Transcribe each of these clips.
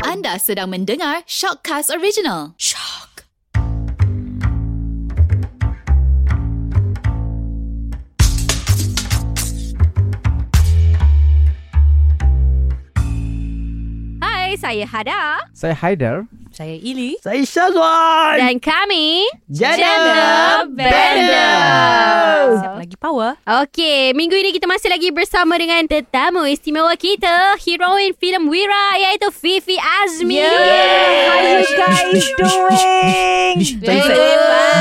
Anda sedang mendengar Shockcast Original. Shock. Hai, saya Hada. Saya Haider. Saya Ili. Saya Syazwan Dan kami... Jana Siapa lagi power? Okey, minggu ini kita masih lagi bersama dengan tetamu istimewa kita, heroin filem Wira iaitu Fifi Azmi. Yeah. How you guys doing? Saya Infek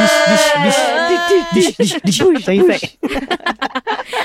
Dish, dish, dish Saya Infek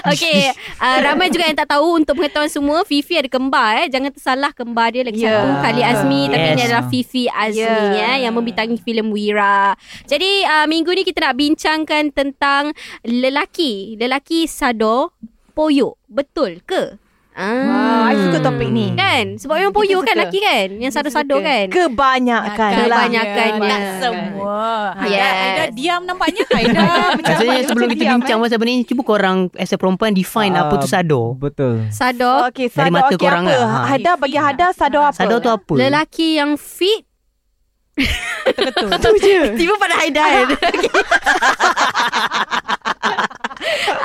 Okey, uh, ramai juga yang tak tahu untuk pengetahuan semua, Fifi ada kembar eh. Jangan tersalah kembar dia lagi yeah. Yeah. satu kali Azmi tapi Yes. ini adalah Fifi Azmi yeah. Yeah. eh yang membintangi filem Wira. Jadi uh, minggu ni kita nak bincangkan tentang lelaki, lelaki sado poyo. Betul ke? Hmm. Ah, I suka topik ni. Kan? Sebab memang poyo Kita kan suka. lelaki kan? Yang sado-sado kan? Kebanyakan lah. Kebanyakannya. Tak semua. Yes. Yes. Ah, Aida, Aida diam nampaknya. Aida macam Maksudnya sebelum macam kita diam, bincang pasal benda ni Cuba korang as a perempuan Define Ah, lah apa tu sado Betul. Sado Okey, Dari sado mata okey korang apa? lah, ha. Hada bagi Hada sado apa? Sado tu apa lelaki yang fit betul. tu je. Tiba pada Haidan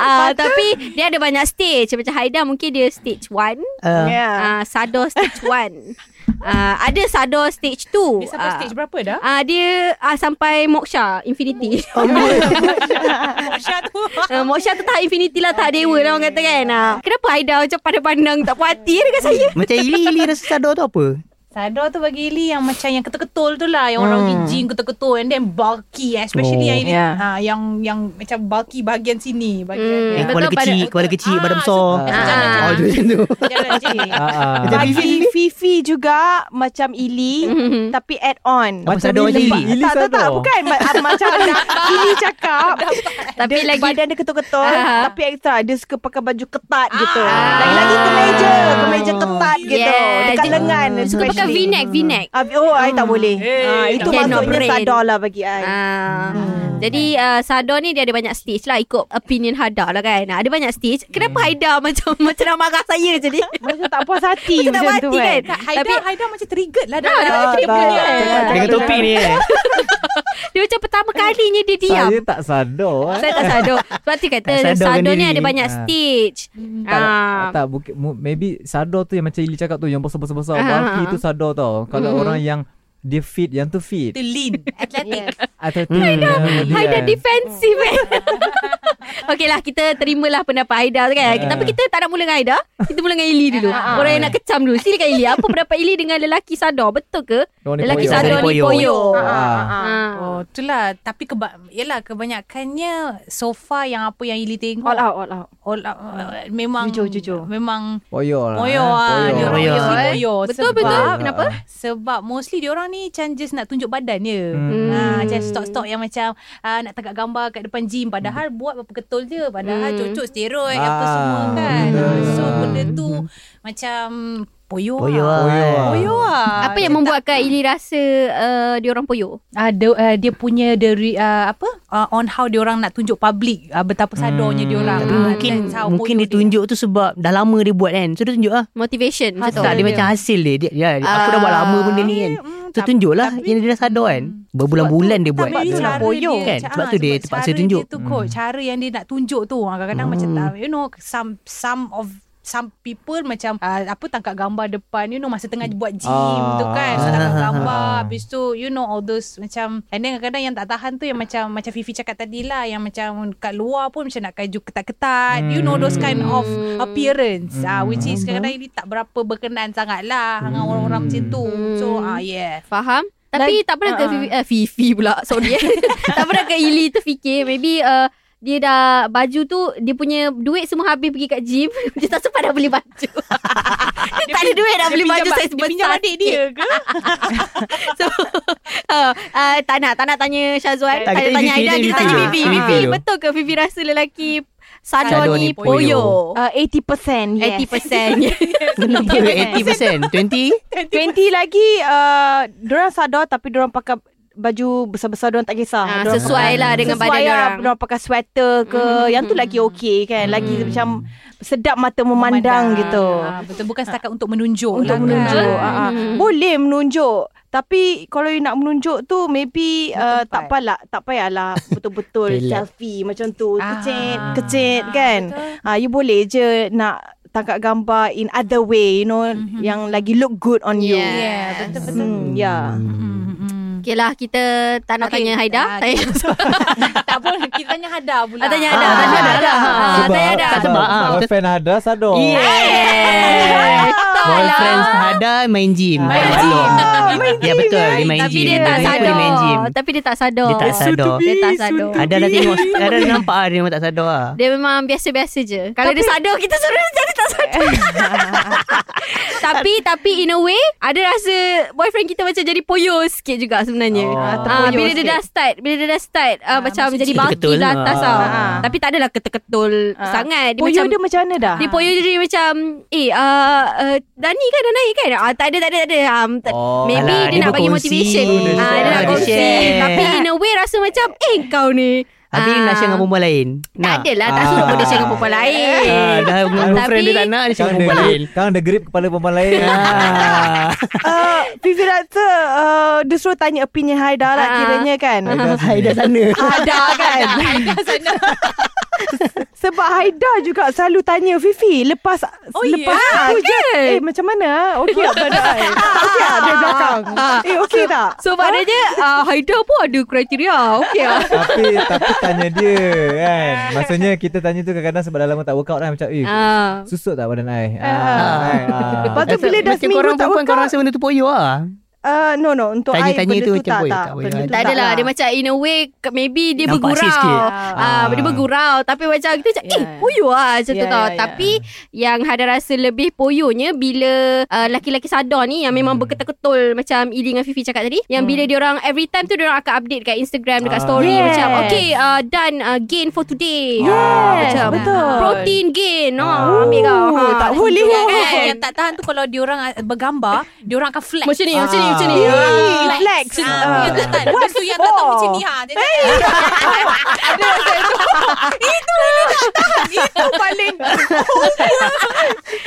Ah, tapi dia ada banyak stage Macam Haida mungkin dia stage 1 Ah, Ya. Yeah. uh, Sado stage 1 uh, Ada Sado stage 2 Dia sampai Ah. stage berapa dah? uh, Dia uh, sampai Moksha Infinity Asya tu. uh, Moksha tu tahap infinity lah Tahap dewa lah orang kata kan uh, Kenapa Haida macam pandang-pandang Tak puas hati dengan saya Macam Ili Ili rasa sado tu apa Sado tu bagi Ili yang macam yang ketul-ketul tu lah. Yang orang pergi gym ketul-ketul. And then bulky. eh. Especially Hmm. Oh. yang Ili. Yeah. Ha, yang yang macam bulky bahagian Hmm. sini. Yang Bahagian betul, kepala Eh, kecil pada- Kepala kecil Ya, Ah, Badan besar so- Ah. Ah, Oh tu macam tu Jalan je. Ah, ah. Macam Fifi Bagi Fifi juga macam Ili Mhm. tapi add on. Apa sado macam Ili Ili tak, tak, sado. tak, bukan Ma- ah, macam ada Ili cakap Tapi dia, lagi- badan dia ketul-ketul Ah. tapi extra dia suka pakai baju ketat gitu. Ah. Lagi-lagi kemeja, kemeja ketat gitu Yeah, dekat dia- lengan. Oh, Suka pakai especially. V-neck V-neck Ah, oh, I tak boleh. Eh, tak Ah, itu boleh. maksudnya Cannot brain. sadar lah bagi I. Ah. Jadi uh, Sado ni dia ada banyak stage lah ikut opinion Hada lah kan. Ah, Ada banyak stage. Kenapa Haida macam macam nak marah saya je ni? Macam tak puas hati Macam tak macam puas tu hati kan. kan. Haida, Tapi- Haida macam triggered lah. Dah, Ah, dah, tak, triggered tak, dia. tak, tak. Dengan topik ni eh. Dia macam pertama kalinya dia diam. Saya tak sado. eh. Saya tak sado. Sebab tu kata Tak sadarkan Sado ni diri. Ha. Hmm. ada banyak Ah. stage. Tak, Ah. tak buki, mu- maybe sado tu yang macam Ili cakap tu yang besar-besar Ah. bulky tu sado tau. Kalau Mm. orang yang dia fit yang tu fit. Dia lean. Athletic. Ah, Atau Haida, lah. Haida defensif eh. Okey lah kita terimalah pendapat Haida tu kan. Ha. Ah. Tapi kita tak nak mula dengan Haida. Kita mula dengan Ili dulu. Ah. Orang yang nak kecam dulu. Silakan Ili. Apa pendapat Ili dengan lelaki Sado? Betul ke? Lelaki poyo. Sado ni Poyo. poyo. Ah, ah, ah. Ah. Oh, itulah. Tapi keba- yelah, kebanyakannya so far yang apa yang Ili tengok. All out, all out. all out, uh, memang Jujur, jujur. memang Poyo lah. moyo eh. ah dia orang Moyo, mostly eh. moyo Betul, Oh, sebab, betul. Ah. Kenapa? sebab mostly dia orang ni macam just nak tunjuk badan je Hmm. Ha, macam Hmm. stok-stok yang macam ah, nak tagak gambar kat depan gym padahal buat berapa ketul je padahal Hmm. cocok steroid Ah, apa semua kan betul. so benda tu macam poyo Poyo lah. ah. ah. poyo ah. Apa yang membuatkan Ili rasa uh, dia orang poyo? uh, dia, uh, dia punya the re, uh, apa uh, on how dia orang nak tunjuk public uh, betapa sadonya dia orang Tapi Ah, Hmm. mungkin that's how Mungkin poyo dia tunjuk tu sebab Dah lama dia buat kan So dia tunjuk lah Motivation macam tu. Tak dia macam hasil dia, dia, ya, dia Aku dah buat lama benda ni kan Hmm, Ah. tapi- So Hmm. tunjuklah Yang dia dah sadar kan Berbulan-bulan dia buat Tapi Dia cara nak poyo dia kan macam- Sebab ah, tu dia sebab terpaksa cara tunjuk Hmm. dia tu kot, Cara yang dia nak tunjuk tu ah, Kadang-kadang macam tak You know Some some of Some people macam uh, Apa tangkap gambar depan You know Masa Hmm. tengah buat gym Ah. tu kan So tangkap gambar Ah. Habis tu You know all those Macam And then kadang-kadang yang tak tahan tu Yang macam Macam Fifi cakap tadi lah Yang macam Kat luar pun Macam nak kaju ketat-ketat You know those kind of Hmm. Appearance ah, Which is kadang-kadang Ini tak berapa berkenan sangat lah Dengan orang-orang macam tu So Hmm. ah yeah Faham? Tapi tak pernah ke Fifi, uh, Fifi pula Sorry eh. Tak pernah ke Ili terfikir Maybe uh, dia dah baju tu dia punya duit semua habis pergi kat gym dia tak sempat dah beli baju dia, tak ada duit nak dia beli pinjam baju ba- saya dia pinjam sebesar adik dia ke so, uh, uh, tak nak tak nak tanya Syazwan Tak, tak, kita tanya Fifi, Aida kita kita tanya Fifi. Fifi Fifi Fifi dulu. betul ke Fifi rasa lelaki Sado Sado ni ni poyo. poyo Uh, 80% yes. 80% Kenapa 80% 20 20 lagi uh, Diorang sadar Tapi diorang pakai baju besar-besar Diorang tak kisah Ah, Dorang sesuai pakai- lah dengan sesuai badan Hmm, lah. dorang. Dorang pakai sweater ke Yang tu lagi okey kan Lagi Hmm. macam Sedap mata memandang, gitu Ah, betul bukan setakat untuk menunjuk Untuk lah menunjuk Hmm. kan. ah, ah. Boleh menunjuk Tapi kalau you nak menunjuk tu Maybe uh, tak payah Tak payahlah Betul-betul Relax. selfie Macam tu Ah. Kecil Kecil kan ah, You boleh je nak Tangkap gambar in other way You know Mhm. Yang lagi look good on you Mm-hmm. Yeah. Yeah, betul betul. Hmm, yeah. Hmm, hmm, hmm. Okay lah kita tak nak Okay, tanya Haida. ah, Tanya tak pun Oh, kita tanya Hada pula. Ah, tanya Haida. Ah, Tanya tanya Haida. Haida. Ah, Tanya Haida. tak sebab, ah. Boyfriend ada Sado Yeah. Boyfriend ada main gym. Main gym. Tak maklum. Ah, main Ya betul dia main Tapi gym. dia tak Dia sadar. main gym. Tapi dia tak sadar. Dia tak sadar. Dia tak sadar. Ada dah tengok Ada dah nampak ah, Dia memang tak sadar lah Dia memang biasa-biasa je. Kalau dia sadar kita suruh dia jadi tak sadar. tapi tapi in a way ada rasa boyfriend kita macam jadi poyo sikit juga sebenarnya. Oh. Ah, terpoyo bila dia sikit. dah start, bila dia dah start ah, macam macam jadi sikit bangki ketul. lah atas Ah. tau. Ah. Tapi tak adalah ketul-ketul Ah. sangat. Dia Poyo macam dia macam mana dah? dia poyo jadi macam Eh uh, uh, Dani kan dah naik kan ah, Tak ada tak ada tak ada um, tak, Oh. Maybe Alah, dia, dia nak bagi berkongsi. motivation Dia ah, Dia share. nak Dia kongsi share. Tapi in a way rasa macam Eh kau ni Habis Ah. nak share dengan perempuan lain Tak Nak adalah Tak suruh pun dia share dengan perempuan lain Ah, Dah dengan Tapi- girlfriend dia tak nak Dia share Kang dengan ada perempuan lain Kang ada grip kepala perempuan lain Ah. Uh, Vivi rasa uh, Dia suruh tanya opinion Haida lah Ah. kiranya kan Haida sana Haida kan Sebab Haida juga selalu tanya Vivi Lepas oh, ya? Lepas yeah, Ah, aku je kan? Eh macam mana Okey tak badan I? Okey ah, tak dari Ah. belakang Eh okey tak So maknanya uh, Haida pun ada kriteria Okay lah Tapi Tapi tanya dia kan Maksudnya kita tanya tu Kadang-kadang sebab dah lama tak workout kan Macam eh Ah. Susut tak badan I ah, Ah. I, ah. Lepas tu bila dah Macam seminggu korang tak perempuan Korang workout. rasa benda tu poyo lah uh, No no Untuk I Tanya-tanya benda tu tu macam tak boleh, tak tak boleh. Benda tu tak adalah lah. Dia macam in a way ke- Maybe dia Nampak bergurau asis sikit. ah. Ah. Dia bergurau Tapi macam kita macam Eh Yeah. poyo lah Macam tu Yeah, tau yeah, yeah. Tapi Yang ada rasa lebih poyonya Bila uh, Laki-laki sadar ni Yang memang berketul-ketul Macam Ili dengan Fifi cakap tadi Yang bila dia orang Every time tu dia orang akan update Kat Instagram Dekat Ah. story Hmm. Yes. Macam okay uh, Done uh, Gain for today Ah, Yes, Macam betul. Protein gain oh, Ah. Ambil kau Ooh, Ah, tak boleh macam tu lah. kan. Eh, Yang tak tahan tu kalau diorang ah, bergambar, diorang akan flex. Macam ni Macam ni Macam ni Ah. Ah. Flex. Flex. Ah, yang tak tahan. Lepas tu yang tak tahan for? macam ni ha. Dia tak- Ada rasa itu. Itu boleh tak tahan. Itu paling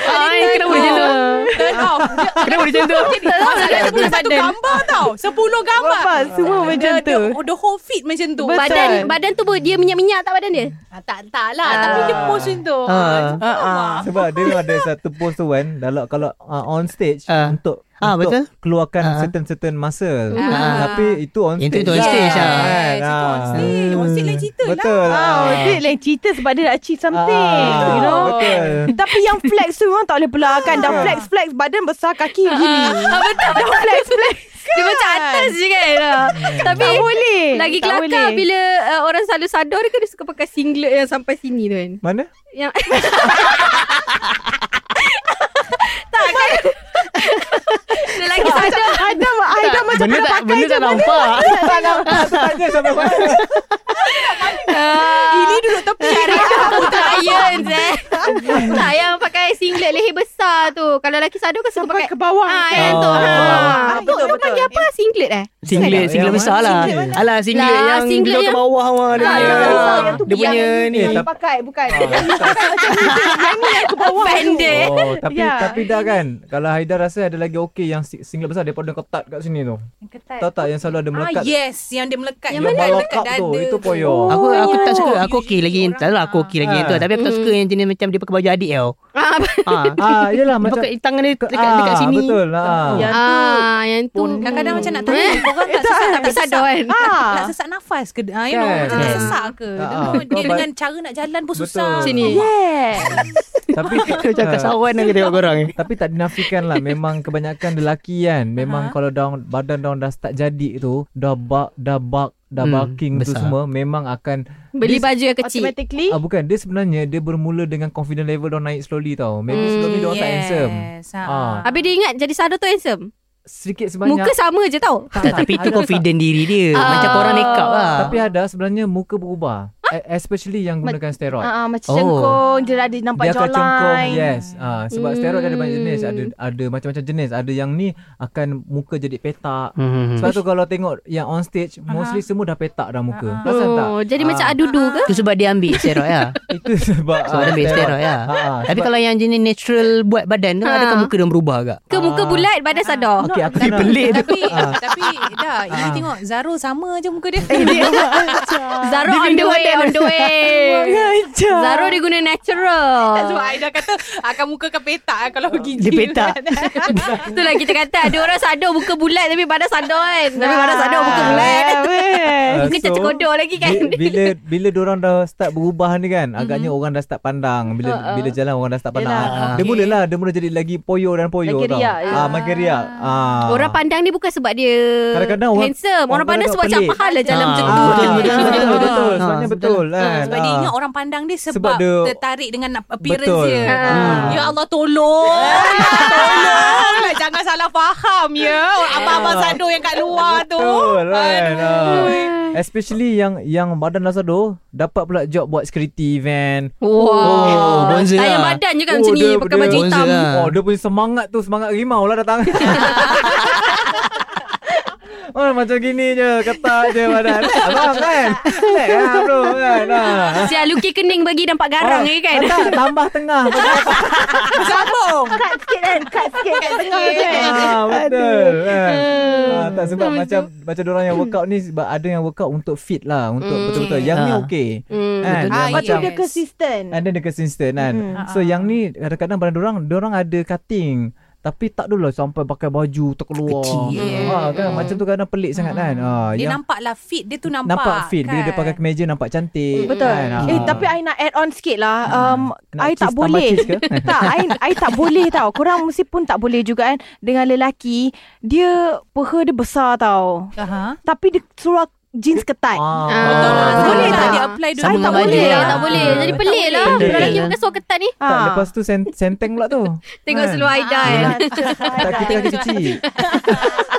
Ay, kenapa macam tu turn off. Kenapa dia macam tu Dia satu, satu gambar tau. Sepuluh gambar. Lepas semua The, macam the, tu the whole fit macam tu. Betul. Badan badan tu pun dia minyak-minyak tak badan dia? Ah, tak tak lah. Tapi dia post macam tu. lah. Ah. Ah, ah. Sebab dia memang ada satu post tu kan Kalau, kalau uh, on stage Ah. Untuk Ah, untuk betul. keluarkan Ah. certain-certain muscle Ah. Tapi itu on Itu- stage itu on lah. stage lah. Kan, Yes, itu on ah. stage. On stage lain cerita lah. Betul lah Oh, dia lain cerita sebab dia nak achieve something. Ah, you know? betul. Tapi yang flex tu memang tak boleh belah kan. Dah flex, flex. Badan besar, kaki Ah, gini. betul Dah flex, flex. Dia macam atas je kan. Ah. Tapi Tak boleh. lagi tak kelakar boleh. bila uh, orang selalu sadar dia kan dia suka pakai singlet yang sampai sini tu kan. Mana? Yang tak kan. Lelaki sadar Aida, Aida macam Benda mana tak pakai Benda je. tak nampak Tak nampak tu tanya sampai mana Ah. Ini duduk tepi Clients eh Tak yang pakai singlet leher besar tu Kalau lelaki sadar kan suka Sampai pakai ke bawah. Ah, yang tu. Oh. Ha. Ah, Betul, betul, betul. panggil apa? betul. Singlet eh? Singlet Singlet Yang besar mana? lah Singlet mana? Alah singlet Lah, yang singlet Singlet yang- ke bawah awak Dia Ah, punya yang besar, yang tu Dia punya yang- ni Yang tap- pakai, bukan. Ah, Pendek Oh, tapi Ya. tapi dah kan. Kalau Haida rasa ada lagi okey yang si- singlet besar daripada yang ketat kat sini tu. Ketat. Tahu tak yang selalu ada Ah melekat. yes, yang dia melekat. Yang melekat tu. Itu poyo. Aku aku tak suka Aku Usually okey lagi yang- orang- Tak lah aku okey lagi yang tu Ah. Tapi aku tak suka yang jenis Macam dia pakai baju adik tau Ah, Ah, Ah, yelah Dia macam pakai tangan dia dekat, Ah, dekat sini Betul lah. Yang tu. Ah, yang tu. Kadang-kadang macam Hmm. nak tanya orang tak Tak, sesak tapi sadar kan. Ah. Nak sesak nafas ke ah, you know, Kan. macam nak Kan. sesak ke? Ah, You know, ah. Dia Kau dengan cara nak jalan pun Betul. susah. Sini. Yeah. Tapi Ah. Dia macam kasawan aku tengok korang ni tapi tak dinafikan lah Memang kebanyakan lelaki kan Memang kalau daun, badan daun dah start jadi tu Dah bak, dah bak, dah Hmm, bulking tu besar. semua Memang akan Beli baju yang kecil. Automatically. ah, Bukan, dia sebenarnya Dia bermula dengan confident level Daun naik slowly tau Maybe sebelum ni daun tak handsome Yes, ah. Ah. Habis dia ingat jadi sadar tu handsome. Sedikit sebanyak Muka sama je tau. Tak, Tapi itu ada tak- confident diri dia Macam korang makeup lah Tapi ada sebenarnya muka berubah. e- especially yang Ma- gunakan steroid. Ah, ah, macam Oh. cengkung, dia ada nampak dia akan cengkung jawline. yes ah sebab Hmm. steroid ada banyak jenis ada ada macam-macam jenis ada yang ni akan muka jadi petak Hmm. sebab tu kalau tengok yang on stage mostly semua dah petak dah muka Aha. perasan tak Oh, jadi macam Ah, adudu ke? Tu sebab dia ambil steroid lah. itu sebab Sebab ah, dia ambil steroid Ah, lah. ah, Tapi sebab- kalau yang jenis natural buat badan tu, Ha. adakah muka dia berubah agak? Ke muka Ah. bulat badan sadar? okey aku Tapi- nak pelik tu. Tapi Ah. Eh, Tapi Dah You tengok Zaro sama je muka dia Zara on the way, on the way. Mengajar. Zara dia guna natural. Sebab Aida kata Akan muka ke petak lah Kalau gigi Dia petak. Itulah kita kata ada orang sadar muka bulat tapi badan sadar kan. Tapi badan sadar muka Ah, bulat. weh. Ah, Muka cacat kodok lagi kan. bi- bila bila orang dah start berubah ni kan agaknya orang dah start pandang bila Ah, ah. bila jalan orang dah start pandang Yelah, Ah, dia okey. mulalah dia mula jadi lagi poyo dan poyo Lagi tau riak, ya. ah makin riak ah Orang pandang dia bukan sebab dia Kadang-kadang orang- handsome. Orang orang pandang tengok sebab macam pelik. pahal lah jalan Ah, macam tu. Ah, betul, Ah. betul, betul, betul, betul. Ah, Sebenarnya betul kan. Sebab dia Ah. ingat orang pandang dia Sebab, Sebab dia- tertarik Dengan appearance Betul. dia Ah. Ya Allah tolong Ya Allah, Tolong Jangan salah faham ya Abang-abang Zaro yang kat luar tu Ah. Betul kan Aduh. Ah. Especially yang Yang badan dasar tu Dapat pula job buat security event Oh, Wow. bonzer Tayang lah. badan je kan macam ni. Oh, dia- Pakai dia- baju bonzer hitam. lah. Oh dia punya semangat tu Semangat rimau lah datang Oh macam gini je Ketat je badan Abang kan Relax lah bro kan ah. Sial Luki kening bagi nampak garang Oh, ni kan. Tak tambah tengah Sambung Cut sikit kan Cut sikit kat tengah ah, Betul kan ah, Hmm, tak, Sebab macam Macam orang yang workout ni Sebab ada yang workout Untuk fit lah Untuk betul-betul Yang ni Ah. okey Hmm. kan? Yang Ah, Lepas tu macam dia Yes. consistent And then dia consistent kan Mm. So yang ni Kadang-kadang pada orang orang ada cutting Tapi tak dulu lah Sampai pakai baju Terkeluar Kecil. ah, kan? Macam tu kadang pelik Hmm. sangat kan ah, Dia yang nampak lah fit Dia tu nampak nampak fit Bila dia kan? pakai kemeja Nampak cantik Betul kan? Ah. Eh tapi I nak add on sikit lah um, Nak I tak cheese, tambah boleh cheese ke? Tak I, I tak boleh tau Korang mesti pun tak boleh juga kan Dengan lelaki Dia Peha dia besar tau Aha. Tapi dia suruh jeans ketat ah. Ah, tak boleh lah. tak tak? dia apply dulu. Sama tak dengan boleh. baju lah. Tak boleh. Jadi Tak pelik lah. boleh. Orang lelaki pakai seluar ketat ni. Ah. tak, lepas tu sen- senteng pula tu Tengok Kan? seluar Aida kan. Yelah, Tak kita Tengok kaki kecil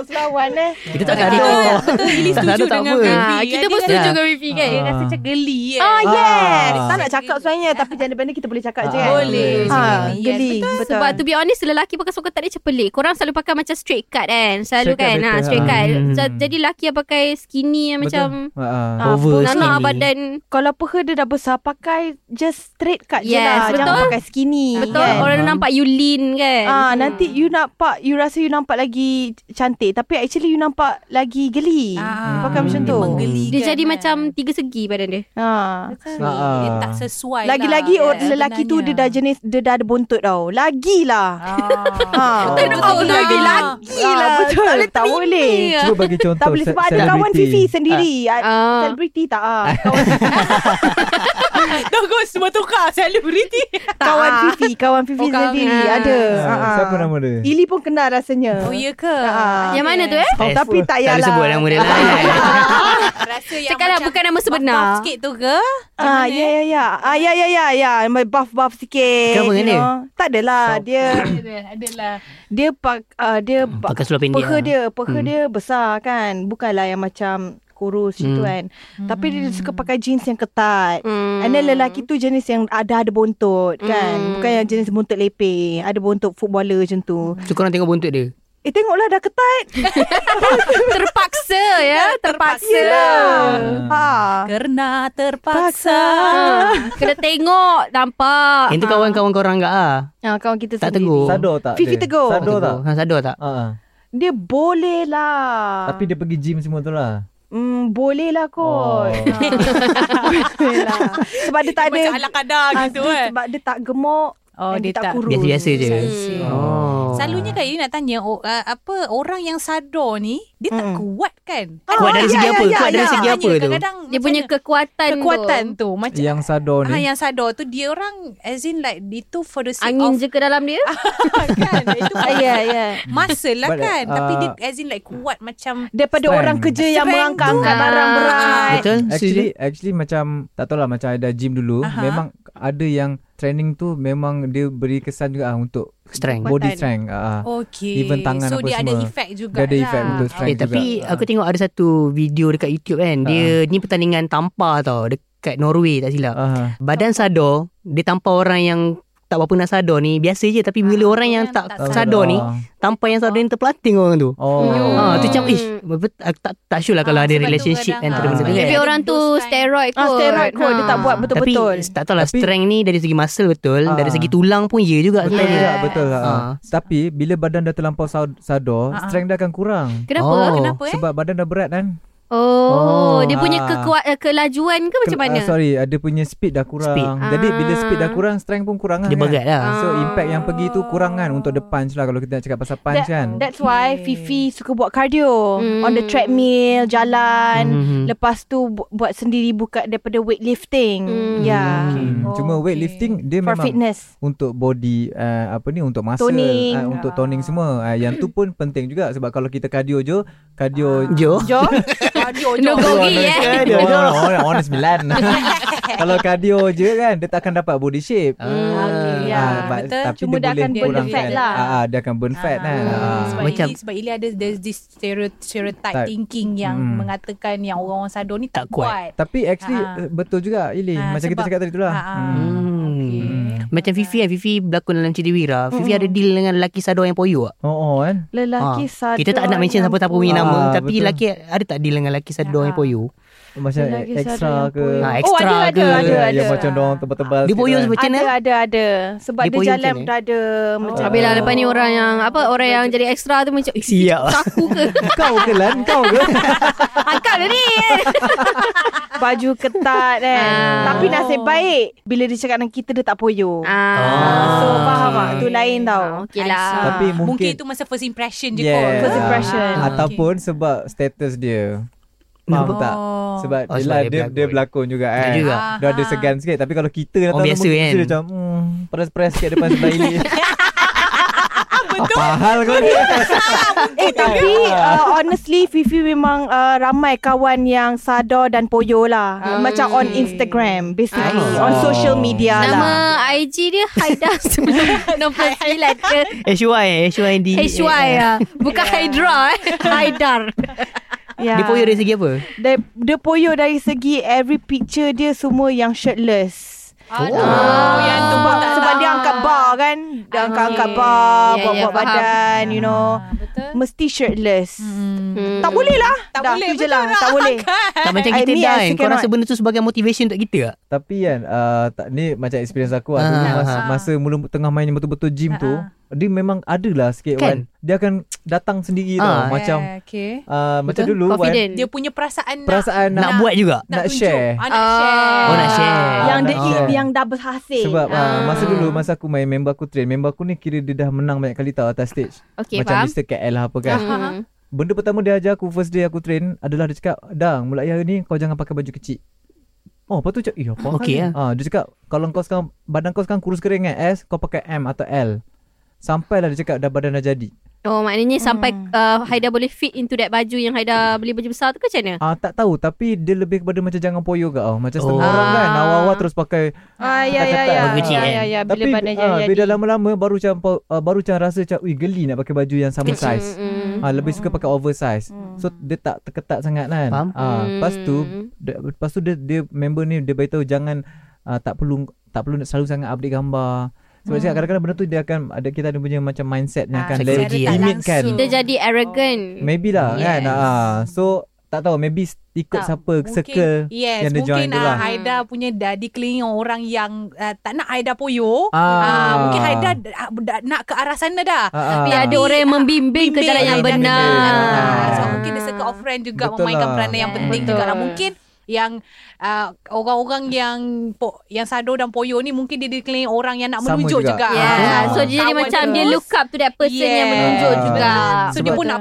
selawan eh Kita tak Kita gaduh. betul Ili Tak setuju gaduh tak dengan apa. Vivi. Ah, kita Dia pun rasa- setuju Ah. dengan Vivi kan. Dia rasa macam geli eh. Ah yes Ah. Tak nak cakap sebenarnya Tapi janda benda kita boleh cakap je kan Boleh. Ah, Yes, Geli betul. Betul Sebab to be honest Lelaki pakai suka tak dia macam pelik Korang selalu pakai macam straight cut kan Selalu Straight cut kan ha, better, Straight ah. cut Hmm. So, Jadi lelaki yang pakai skinny yang macam Betul Ah, ah. Ah, Over Nanak skinny. badan Kalau peha dia dah besar Pakai just straight cut je Yes, lah Jangan betul. pakai skinny Betul kan? Orang nampak you lean kan Ah, nanti you nampak you rasa you nampak lagi cantik tapi actually you nampak lagi geli. Ah, Pakai macam dia tu. menggelikan, Dia jadi kan? macam Tiga segi badan dia Ha. Betul. Ah. Dia tak sesuai Lagi-lagi lah, Ah. or- lelaki tu dia dah jenis dia dah ada buntut tau. lah. Lagilah. Ah. Ha. Betul, lah. betul, betul. Ah. Lagilah. Ah, Betul. Tak boleh. Tak boleh. Cuba bagi contoh Ah. Tak boleh sebab ada kawan Fifi sendiri. Ah. Selebriti tak ah. Kawan, Dah kau semua tukar selebriti. kawan Fifi, kawan Fifi Oh, kawan sendiri Fifi. ada. Ah, Ah, ah. siapa nama dia? Ili pun kenal rasanya. Oh ya ke? Ah. Yang mana tu eh Tapi Eh, tak Ah, Tak boleh payahlah. sebut nama dia lah. Rasa yang Cakap lah macam bukan nama sebenar buff sikit tu ke? Ah, ya, ya, ya. Ah, ya, ya, ya, ya. My buff-buff sikit. you Kenapa dengan dia? know. Tak adalah. Dia, Adalah. dia, pak, uh, dia, ba- Pakai seluar pendek. peha lah. dia, peha Hmm. dia besar kan. Bukanlah yang macam kurus gitu Hmm. kan. Tapi dia suka pakai jeans yang ketat. Hmm. And then lelaki tu jenis yang ada ada bontot kan. Hmm. Bukan yang jenis bontot lepeh. Ada bontot footballer macam tu. So korang tengok buntut dia. Eh tengoklah dah ketat. Terpaksa ya Terpaksa Hmm. Ha. Kerana terpaksa. Ah, Kena tengok Nampak Ah, Yang tu kawan-kawan korang enggak ah. Ha, kawan kita Tak sendiri. tegur. Sador tak Fifi dia? tegur. Sador tak? Ha sadar tak? Ah, ah. Dia boleh lah. Tapi dia pergi gym semua tu lah Hmm, boleh lah kot. Oh. Oh. boleh lah. Sebab dia tak ada Macam ala kadar Ah, gitu tu eh. Sebab dia tak gemuk. Oh, and dia tak- kurus. Biasa-biasa je. Biasa. Oh. Selalunya kan Ini nak tanya oh, uh, apa orang yang sador ni dia tak Mm. kuat kan? Kuat ya, dari segi ya, apa? ya, Kuat dari ya. segi apa tu? Kadang Ah, Dia punya kekuatan kekuatan tu. tu macam Yang Sador Ah, ni yang sador tu dia orang as in like itu for the sake Angin of je ke dalam dia kan. Itu Ah, Ya, ya. muscle lah But, kan. Tapi uh, dia as in like kuat macam Daripada Strength. orang kerja yang Strength mengangkat tu. angkat barang Ah. berat. Betul? Actually actually macam Tak tahu lah Macam ada gym dulu Aha. Memang ada yang training tu memang dia beri kesan juga ah, untuk Strength. body Kuatan. strength. Ah, ah. Okay. Even tangan so apa dia ada semua. effect juga. lah. Dia ada effect untuk Eh, strength Ah, juga. tapi aku tengok ada satu video dekat YouTube kan. Dia ni pertandingan tampar tau dekat Norway tak silap. Ah. Badan sador, dia tampar orang yang tak berapa nak sador ni biasa je tapi bila Ah, orang yang orang tak tak Ah. sador ni tampar yang sador ni terpelating orang tu. Oh. Ha tu macam Hmm. ish bet- aku tak tak sure lah kalau Ah, ada sebab tu relationship kadang- antara ah, benda tu sebab kan. Tapi Ada orang tu those kind. steroid kot. Ah, steroid kot. Dia tak buat betul-betul. Tapi eh, tak tahulah Tapi- strength ni dari segi muscle betul, Ah. dari segi tulang pun ya juga Betul sebenarnya. juga, betul. Ah. Ah. Tapi bila badan dah terlampau sad- sador, Ah, ah. strength dia akan kurang. Kenapa? Oh. Kenapa eh? Sebab badan dah berat kan. Oh, dia Oh, punya ah. kekuat eh, kelajuan ke macam Kel- mana? ah, sorry, ah, dia punya speed dah kurang. Speed. Jadi bila speed dah Ah. kurang, strength pun kurang lah Dia kan. berat lah. So impact yang pergi tu kurang kan untuk the punch lah kalau kita nak cakap pasal punch kan. That's why Okay. Fifi suka buat cardio Hmm. on the treadmill, jalan. Mhm. Lepas tu bu- buat sendiri buka daripada weightlifting. Hmm. Ya. Yeah. Hmm. Oh, Cuma okay. weightlifting dia For memang fitness. untuk body uh, apa ni untuk muscle Toning. ah, untuk toning semua. Uh, yang tu pun penting juga sebab kalau kita cardio je, cardio Jo. Jo. No gogi eh. Cardio orang orang- orang sembilan. Kalau cardio je kan dia tak akan dapat body shape. Hmm, Okay, ya. Ah, but- betul. Tapi Cuma dia, dia akan boleh burn the kurangkan. fat lah. Ah, ah, dia akan burn fat kan. Ah. Sebab Macam- Ili, sebab Ili ada there's this stereotype, stereotype Type. thinking yang Hmm. mengatakan yang orang-orang sado ni tak Tak kuat. kuat. Tapi actually Ah. uh, betul juga Ili Ah, macam kita sebab- cakap tadi tu lah. Ah, ah. Hmm. Hmm. Okay. Macam Fifi kan Fifi berlakon dalam Cediwira Fifi ada deal dengan lelaki sador yang poyo tak? Oh, oh kan. Lelaki Ah, sadar. Kita tak nak mention siapa-siapa punya Ah, nama betul. Tapi lelaki ada tak deal dengan lelaki sador yang poyo? Macam e- Lelaki extra sadar yang ke. poyo. Ah, Oh, extra ada, ada, ke? ada, Ya, ada. Yang macam dong tebal-tebal. Dia sikit poyo kan. macam ada, mana? ada, ada. Sebab Dia dia, poyo jalan macam Oh. dah ada Habis macam. lah, Habislah lah, lepas ni orang yang apa orang yang jadi ekstra tu macam Siap. Saku ke? Kau ke lan kau ke? Angkat dah ni. Baju ketat kan. Ah. Tapi Oh. nasib baik. Bila dia cakap dengan kita, dia tak poyo. Oh. Ah. So faham okay. tak? Tu lain tau. Okey lah. Tapi mungkin, mungkin mungkin itu masa first impression je Yeah. kot. First impression. Ah, ataupun sebab status dia. Faham tak? Oh. Sebab oh, Oh, sebab yelah, dia dia, dia berlakon juga kan. juga. Dia ada segan sikit. Tapi kalau kita datang Orang biasa tu mungkin kan? kita macam hmm, peras-peras sikit depan sebelah ini. Apa hal kau ni? Eh tapi uh, honestly Fifi memang uh, ramai kawan yang sadar dan poyo lah. Ah, Macam on okay. Instagram basically. Ah. On social media lah. Nama IG dia Haida 99 ke HY HYD HY ah. Bukan Hydra eh. Haidar. Yeah. Dia poyo dari segi apa? Ya. Dia, dia poyo dari segi every picture dia semua yang shirtless. Aduh, Ah, Oh, yang tu sebab, tak sebab dia tahan. angkat bar kan. Dia Ah, angkat-angkat okay. bar, Ya, buat-buat ya, faham. badan, you know. Ah, Betul. Mesti shirtless. Hmm. Hmm. Tak boleh lah. Tak Dah, boleh, tu je betul lah. lah. Tak boleh. Tak macam I- kita me, I still dah kan? Kau rasa cannot. benda tu sebagai motivation untuk kita tak? Tapi kan uh, tak, Ni macam experience aku lah Dulu Ah. masa, masa mula tengah main yang Betul-betul gym tu Ah, Dia memang ada lah sikit Kan? Wan. Dia akan datang sendiri Ah. tau Macam Yeah, Eh, okay. uh, Macam dulu Wan, Confident. Dia punya perasaan, Perasaan Nak, nak, buat nak, juga? nak nak tunjuk. share. Ah, nak Ah. share. Oh nak share Yang dia Ah, nak share. yang dah berhasil. Sebab uh, Ah. masa dulu Masa aku main Member aku train Member aku ni kira dia dah menang banyak kali tau Atas stage Okey Macam faham. Mr. KL lah apa kan Hmm. Benda pertama dia ajar aku First day aku train Adalah dia cakap Dang mulai hari ni Kau jangan pakai baju kecil Oh lepas tu cakap Eh apa hal Okey ni? lah. Ah, Dia cakap Kalau kau sekarang Badan kau sekarang kurus kering kan S Kau pakai M atau L Sampailah dia cakap Dah badan dah jadi Oh maknanya Hmm. sampai uh, Haida boleh fit into that baju yang Haida beli baju besar tu ke macam mana? Ah Tak tahu Tapi dia lebih kepada Macam jangan poyo kat oh. Macam setengah Oh. orang kan Ah. Awal-awal terus pakai Ah ya ya Kata-kata ya. orang kecil, Ya kan? ya ya bila Tapi pandai ah, jadi. Bila lama-lama Baru macam po- ah, Baru macam rasa macam Ui geli nak pakai baju yang sama Kecil. size Mm. Ah lebih suka pakai oversize. So dia tak terketat sangat kan. Faham. Ah lepas tu Hmm. dia, lepas tu dia dia member ni dia beritahu jangan ah, tak perlu tak perlu nak selalu sangat update gambar. Sebab cakap kadang-kadang benda tu dia akan ada kita ada punya macam mindset yang Hmm. Ah, akan secara le- tak limit kan. langsung. Kita jadi arrogant. Maybe lah yes. kan. Yes. Ah so tak tahu maybe s- ikut Tak, siapa Mungkin- circle. yes, yang dia join mungkin tu lah. ah, Haida punya dah dikelilingi orang yang ah, tak nak Haida poyo. Ah. Ah, mungkin Haida d- ah, dah nak ke arah sana dah. Ah, Tapi ada orang yang membimbing ke Bimbing jalan yang Haida benar. ke- Ah. Ah, So mungkin the circle of friend juga Betul memainkan lah. peranan yang penting Betul. juga lah. Mungkin yang ah, orang-orang yang po, yang sado dan poyo ni mungkin dia dikelilingi orang yang nak Sama menunjuk juga. juga. Yeah. Ah. So dia jadi Kawan macam dia terus. look up to that person Yes. yang menunjuk Ah. juga. So dia pun nak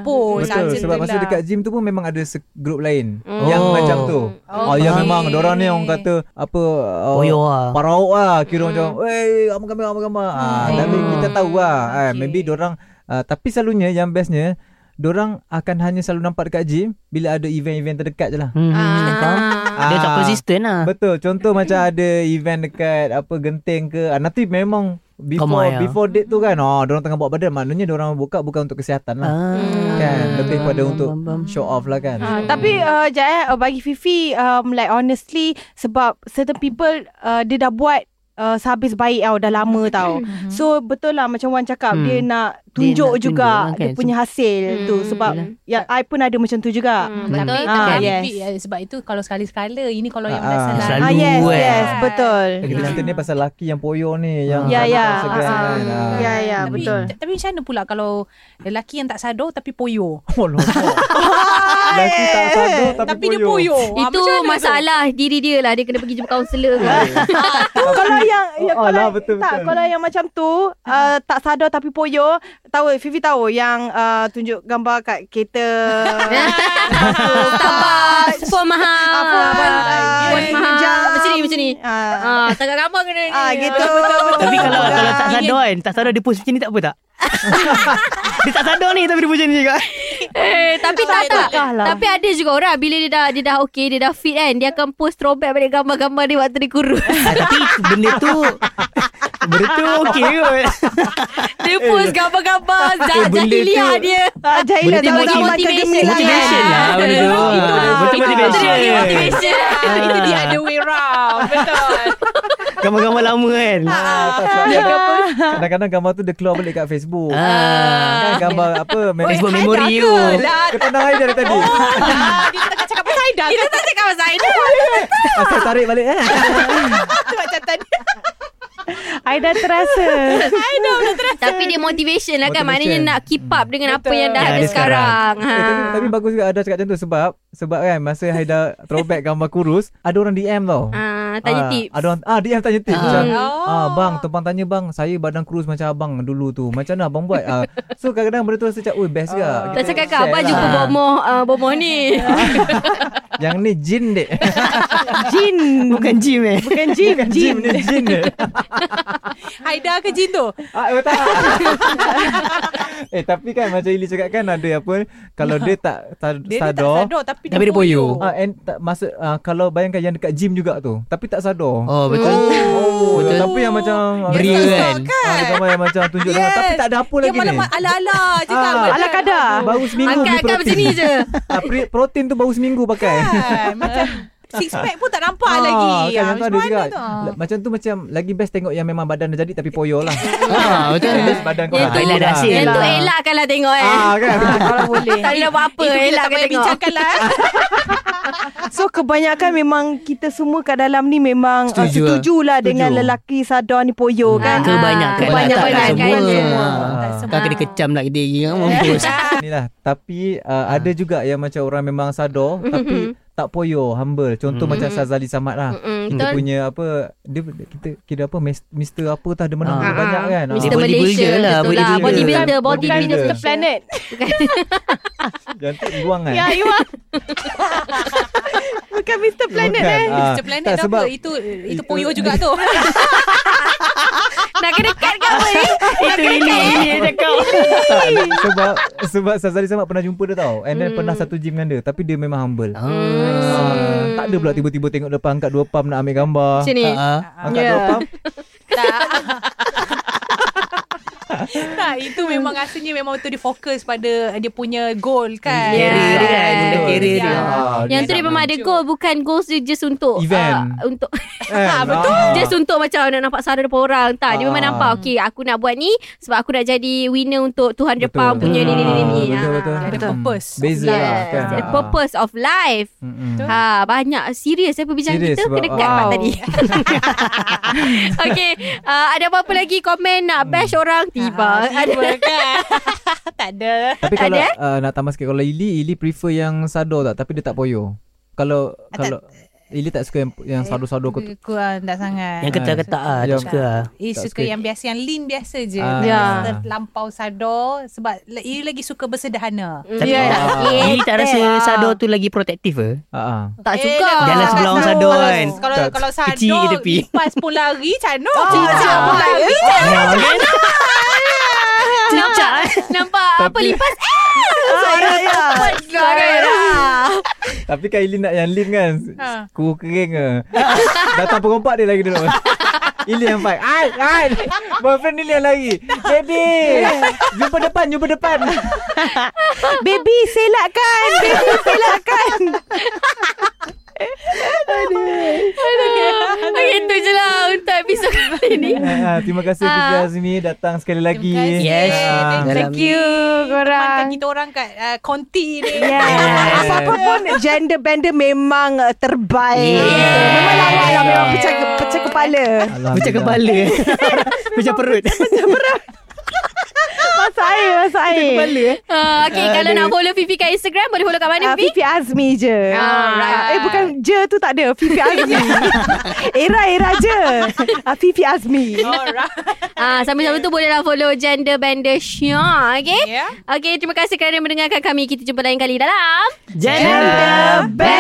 Betul post. macam sebab tu masa lah. Hmm. dekat gym tu pun memang ada se- group lain Oh. yang macam tu. Oh, ya faham. memang orang ni orang kata apa ah, Poyo lah Parauk lah Kira hmm. macam Wey apa gambar apa gambar ah, Hmm. Tapi kita tahu lah okay. Okay. Maybe dorang ah, Tapi selalunya yang bestnya Diorang akan hanya selalu nampak dekat gym bila ada event-event terdekat je lah. Hmm, kau, Ah. Dia tak Ah, konsisten lah Betul. Contoh macam ada event dekat apa genting ke. Ah, nanti memang before ya. Ramai lah. before date tu kan. Oh, diorang tengah buat badan. Maknanya diorang buka bukan untuk kesihatan lah. Ah. Kan lebih pada Bam, untuk bam, bam. show off lah kan. Ha, Hmm. tapi uh, Jaya uh, bagi Fifi um, like honestly sebab certain people uh, dia dah buat uh, sehabis baik tau dah lama tau. Hmm. So betul lah macam Wan cakap Hmm. dia nak Dia tunjuk nak juga tunjuk lah kan. dia punya hasil Hmm. tu sebab Yelah. ya I pun ada macam tu juga. Hmm, Tapi betul. tak Ah, boleh yes. ambil, eh, sebab itu kalau sekali-sekala ini kalau yang Ah, lah. dah ah. salah. Selalu, ya, ah yes, eh. yes, betul. Eh, Kita cerita ni pasal laki yang poyo ni yang Hmm. Ya, tak ya. nak segan Ah, kan. Ah. Ya ya Tapi, betul. t- tapi macam mana pula kalau lelaki yang tak sado tapi poyo? Oh, lompat. Lelaki tak sadar tapi, tapi dia poyo. Ah, Itu macam mana tu? masalah diri dia lah. Dia kena pergi jumpa kaunselor ke. kalau yang ya, Oh, kalau alah, betul, tak betul. kalau yang macam tu uh, tak sadar tapi poyo tahu Fifi tahu yang uh, tunjuk gambar kat kereta Ah, Starbucks. Puan mahal. apa abang Ah, puan ya, hijau. mahal. Macam ni, macam ni. Ah, Ah, tak kat gambar kena ni. ah gitu. Tapi kalau Ah, kalau tak Ingin- sadar kan Tak sadar dia post macam ni tak apa tak Dia tak sadar ni Tapi dia post macam ni juga Eh, tapi tak tak. Taklah. lah. Tapi ada juga orang bila dia dah dia dah okey, dia dah fit kan, dia akan post throwback balik gambar-gambar dia waktu dia kurus. Ah, Tapi benda tu Benda tu okey kot dia post gambar-gambar Eh, zat benda jahiliah tu- dia. Ah, Benda Jaila tu tahu tak motivation- kan? Ah. macam gemilang. Motivation lah benda tu Itulah. Benda tu Itu motivation Ah. dia Motivation. Itu the other way round. Betul. Gambar-gambar lama kan Ah, Kadang-kadang gambar tu dia keluar balik kat Facebook. Ah. Kan gambar apa memang Facebook kan memory you lah. Ketandang air dari Oh. tadi. Ah, Dia tengah cakap pasal Aida. Kita tak cakap pasal Aida. Ah, Saya tarik balik eh. Tu macam tadi. Aida terasa. Tapi dia motivation lah kan Motivation. Maknanya nak keep up Dengan apa Betul. yang dah Yang ada ada sekarang ha. Eh, tapi, tapi bagus juga ada cakap macam tu sebab sebab kan masa Haida throwback gambar kurus ada orang DM tau. Ah, Tanya Ah, tips Ada orang ah DM tanya tips. Ah. Macam, Oh. Ah bang, tumpang tanya bang, saya badan kurus macam abang dulu tu. Macam mana abang buat? Ah, so kadang-kadang benda tu rasa macam, "Oi, best ke?" Kita Ah. Tak cakap kau share lah. Abang jumpa Ah. bomoh uh, Bomoh ni Yang ni jin dek. Jin. Bukan gym eh Bukan jin. Jin Jin. ni jin dek. Aida ke Jin tu? Ah, eh, tak. eh, tapi kan macam Ili cakap kan ada apa kalau dia tak ta- Dia dia tak sadar. sadar tapi dia Tapi dia poyo. poyo. Oh, Ah, and tak, masa ah, kalau bayangkan yang dekat gym juga tu, tapi tak sadar. Oh betul Oh, betul. tapi yang macam Beri ah, kan Ah, dia gambar yang macam tunjuk yes. Yes. Tapi tak ada apa Dia lagi ni. malam ala-ala je kan. Ah. betul. Ala kadar. Baru seminggu Angkat beli angkat macam ni protein. je Ah, pre- protein tu baru seminggu pakai. Kan, Macam six pack pun tak nampak Ah, lagi. Kan, Ah, yang tu macam ada mana juga. tu? La- Macam tu macam lagi best tengok yang memang badan dah jadi tapi poyo lah. Ah, betul. At least badan kau Yang lah. dah tu jadi lah. dah hasil. Yang tu Yelah. elakkan lah tengok eh Ah kan. Kalau boleh. Tak boleh nak buat apa Itu kita tak Elakkan payah tengok bincangkan lah. eh. So kebanyakan memang kita semua kat dalam ni memang setuju, uh, Setuju lah. setuju lah Setuju. dengan lelaki sadar ni poyo kan. Ah. Kebanyakan Kebanyakan lah, tak kan, semua. semua. Tak Ah. Kau kena kecam lah dia yang mampus Inilah lah. tapi uh, ada juga yang macam orang memang sadar tapi tak poyo, humble. Contoh Mhm. macam Sazali Samad lah. Mm-mm, Kita Betul punya apa dia kita kira apa mes- Mr apa tah dia menang Ah. dia banyak kan. Ah. Mr. Dia bodybuilder Malaysia lah, Betul lah bodybuilder. Bodybuilder Bukan- Bodybuilder bukan Mr. Malaysia. Planet. Yang tu buang kan. Ya, you are. Bukan Mr. Planet Bukan, eh. ah. Mr. Planet Tak, dah sebab- apa? Itu itu Itu- poyo juga tu. Nak kena cut ke apa ni Nak Itu kena ini cut eh Dia cakap Tak, sebab sebab Sazali Samad pernah jumpa dia tau and then pernah satu gym dengan dia tapi dia memang humble. Ah, tak ada pula tiba-tiba tengok depan angkat dua pam nak ambil gambar. Macam ni Ah. Angkat yeah. dua pam. tak. tak, itu memang rasanya memang betul dia fokus pada dia punya goal kan. Yeah. Career dia kan, benda career dia. Ah, Yang tu dia dia memang ada goal Bukan goals dia just untuk Event. ah, Untuk Ah, Betul Just untuk macam Nak nampak suara depan orang Tak Dia Ah. memang nampak Okay aku nak buat ni Sebab aku nak jadi winner Untuk 200 Betul. pound punya ni ni ni ni, ni Betul Ah. betul. Dia ada purpose. Beza Yes. lah kan. The purpose of life Mm-mm. Ha banyak serius saya perbincangan Serious kita sebab- kena cut wow. wow. tadi. Okey, uh, ada apa-apa lagi komen nak bash orang tiba. Ah, ada tiba kan. tak ada. Tapi kalau Ada? eh? uh, nak tambah sikit kalau Ili Ili prefer yang sado tak tapi dia tak poyo. Kalau kalau Ili tak suka yang, yang sado-sado kot. Kurang tak sangat. Yang ketak-ketak ah, tak Yang- suka lah. Eh Tak suka suka. yang biasa Yang lean biasa je Ah. Tak Ya. rasa Terlampau sadar Sebab la- Ia lagi suka bersederhana Tapi Yeah. Ini tak rasa sador tu lagi protektif ke? Ha ah. tak Eh, suka. dah- Jalan dah- sebelah orang dah- sadar kalau- kan. Kalau Tak, kalau kecil sadar ke tepi. Lepas pun lari Oh, Macam mana Cicak pun Ah, lari Cicak eh Nampak apa Tapi- lipas Suara ya. Tapi Kylie nak yang lim kan Ha. Kuku kering ke Datang perompak dia lagi dulu Ili yang fight Ai, ai Boyfriend Ili yang lari Baby Jumpa depan, jumpa depan Baby selakkan. Baby selakkan. Okay, itu je lah untuk episod kali ni. Ah, Terima kasih Ah. Fitri Azmi Datang sekali lagi kasih. Yes. Ah. Thank you Temankan korang. kita orang kat uh, konti ni. Yeah. Yeah. Apa-apa pun gender bender memang uh, terbaik. Yeah. Memang lawak lah. Memang Yeah. pecah, pecah kepala. Alhamdulillah. Pecah kepala Pecah perut Pecah Masa air, masa air. kepala eh Uh, okay, kalau nak follow Fifi kat Instagram, boleh follow kat mana, Ah, Fifi? Fifi Azmi je. Alright. Eh bukan je tu tak ada. Fifi Azmi. Era-era je. Ah, Fifi Azmi. Alright. Ah, sama-sama tu bolehlah follow Gender Bender Syah, okay? Yeah. Okay, terima kasih kerana mendengarkan kami. Kita jumpa lain kali dalam... Gender Bender.